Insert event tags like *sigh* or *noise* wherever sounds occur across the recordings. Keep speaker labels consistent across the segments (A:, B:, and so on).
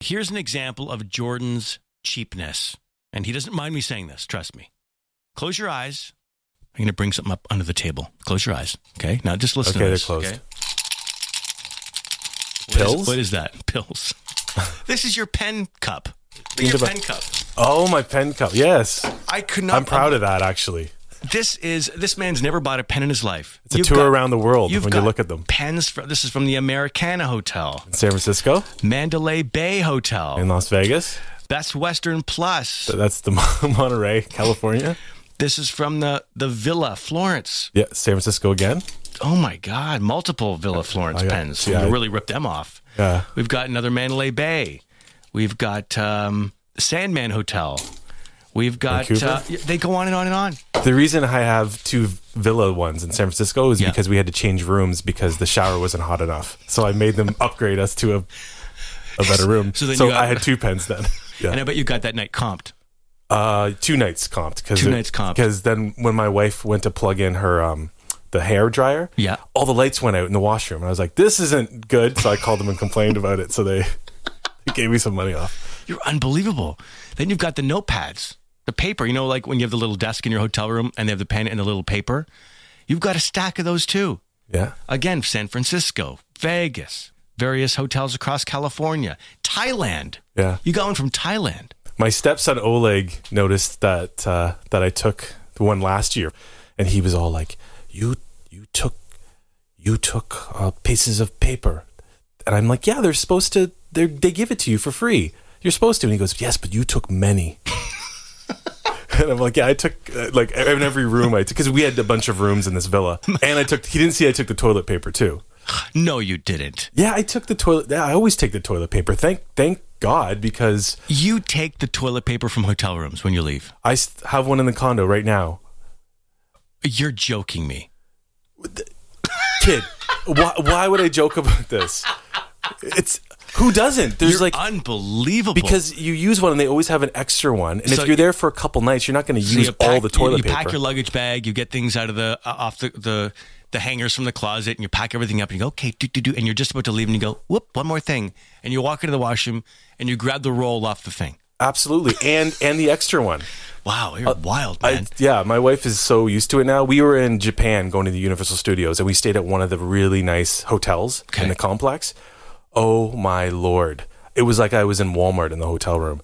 A: Here's an example of Jordan's cheapness. And he doesn't mind me saying this, trust me. Close your eyes. I'm going to bring something up under the table. Close your eyes. Okay. Now just listen
B: Okay,
A: to
B: they're
A: this.
B: closed.
A: What is-
B: Pills?
A: what is that? *laughs* Pills. this is your pen cup. Look at
B: Into
A: Your
B: my-
A: pen cup.
B: Oh, my pen cup. Yes.
A: I could not.
B: I'm proud of that, actually.
A: This is this man's never bought a pen in his life.
B: It's a
A: You've
B: tour
A: got-
B: around the world
A: you've
B: when you
A: got
B: look at them.
A: Pens. From, this is from the Americana Hotel,
B: San Francisco
A: Mandalay Bay Hotel.
B: in Las Vegas.
A: That's Western Plus.
B: Th- That's the *laughs* Mon- Monterey, California.
A: This is from the the Villa Florence.
B: Yeah, San Francisco again.
A: Oh my God! Multiple Villa Florence
B: I got-
A: pens.
B: Uh, oh, yeah, I-
A: we really ripped them off.
B: Yeah.
A: We've got another Mandalay Bay. We've got um, Sandman Hotel. We've got uh,
B: Vancouver?
A: y- they go on and on and on.
B: The reason I have two villa ones in San Francisco is
A: Yeah.
B: because we had to change rooms because the shower wasn't hot enough. So I made them *laughs* upgrade us to a a better room.
A: So
B: So,
A: then you got-
B: I had two pens then.
A: *laughs* And I
B: Yeah.
A: bet you got that night comped.
B: Uh, two nights comped. Cause
A: Two
B: it-
A: nights comped.
B: Because then when my wife went to plug in her um the hair dryer,
A: Yeah.
B: all the lights went out in the washroom, and I was like, "This isn't good." So I called them and complained about it. So they, *laughs* they gave me some money off.
A: You're unbelievable. Then you've got the notepads, the paper. You know, like when you have the little desk in your hotel room and they have the pen and the little paper. You've got a stack of those too.
B: Yeah.
A: Again, San Francisco, Vegas, various hotels across California, Thailand.
B: Yeah.
A: You got one from Thailand.
B: My stepson Oleg noticed that uh, that I took the one last year, and he was all like, "You you took you took uh, pieces of paper," and I'm like, "Yeah, they're supposed to. They they give it to you for free. You're supposed to." And he goes, "Yes, but you took many." *laughs* And I'm like, yeah, I took uh, like in every room I took because we had a bunch of rooms in this villa, and I took. He didn't see I took the toilet paper too.
A: No, you didn't.
B: Yeah, I took the toilet. Yeah, I always take the toilet paper. Thank thank God because
A: You take the toilet paper from hotel rooms when you leave.
B: I s- have one in the condo right now.
A: You're joking me.
B: kid. Why, why would I joke about this? It's who doesn't? There's
A: You're
B: like
A: unbelievable.
B: because you use one and they always have an extra one, and
A: So
B: if you're there for a couple nights, you're not going to
A: So
B: use
A: pack-
B: all the toilet
A: you, you
B: paper.
A: pack your luggage bag, you get things out of the uh, off the, the the hangers from the closet, and you pack everything up, and you go okay, do do do, and you're just about to leave, and you go whoop, one more thing, and you walk into the washroom, and you grab the roll off the thing.
B: Absolutely, and and the extra one.
A: Wow, you're wild,
B: Uh, I,
A: man.
B: yeah, my wife is so used to it now. We were in Japan going to the Universal Studios, and we stayed at one of the really nice hotels
A: Okay.
B: in the complex. Oh my lord! It was like I was in Walmart in the hotel room.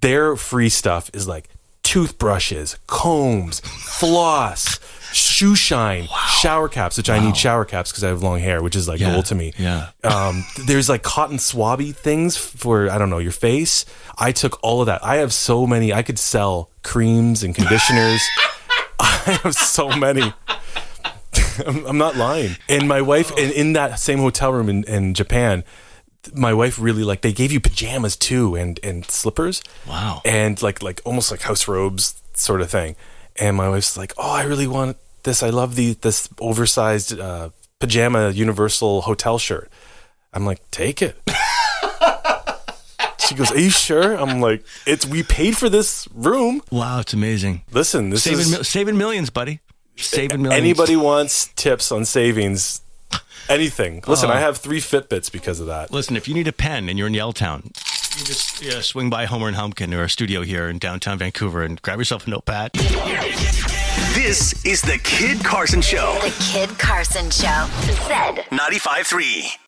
B: Their free stuff is like toothbrushes, combs, floss, shoe shine, shower caps, which I need shower caps because I have long hair, which is like
A: Yeah,
B: gold to me.
A: yeah.
B: Um, there's like cotton swabby things for I don't know your face. I took all of that. I have so many. I could sell creams and conditioners. *laughs* I have so many. *laughs* I'm, I'm not lying. And my wife, and in that same hotel room in, in Japan, my wife really like they gave you pajamas too and and slippers.
A: Wow.
B: And like like almost like house robes sort of thing. And my wife's like, oh, I really want this. I love the this oversized uh, pajama universal hotel shirt. I'm like, take it. she goes, are you sure? I'm like, it's we paid for this room.
A: Wow, it's amazing.
B: Listen, this
A: Saving
B: is
A: mil- saving millions, buddy. Saving millions.
B: anybody wants tips on savings, anything. Listen,
A: Oh.
B: I have three Fitbits because of that.
A: Uh, Listen, if you need a pen and you're in Yelltown, you just yeah, swing by Homer and Humpkin or our studio here in downtown Vancouver and grab yourself a notepad.
C: This is the Kid Carson Show,
D: The Kid Carson Show. Zed.
C: 95.3.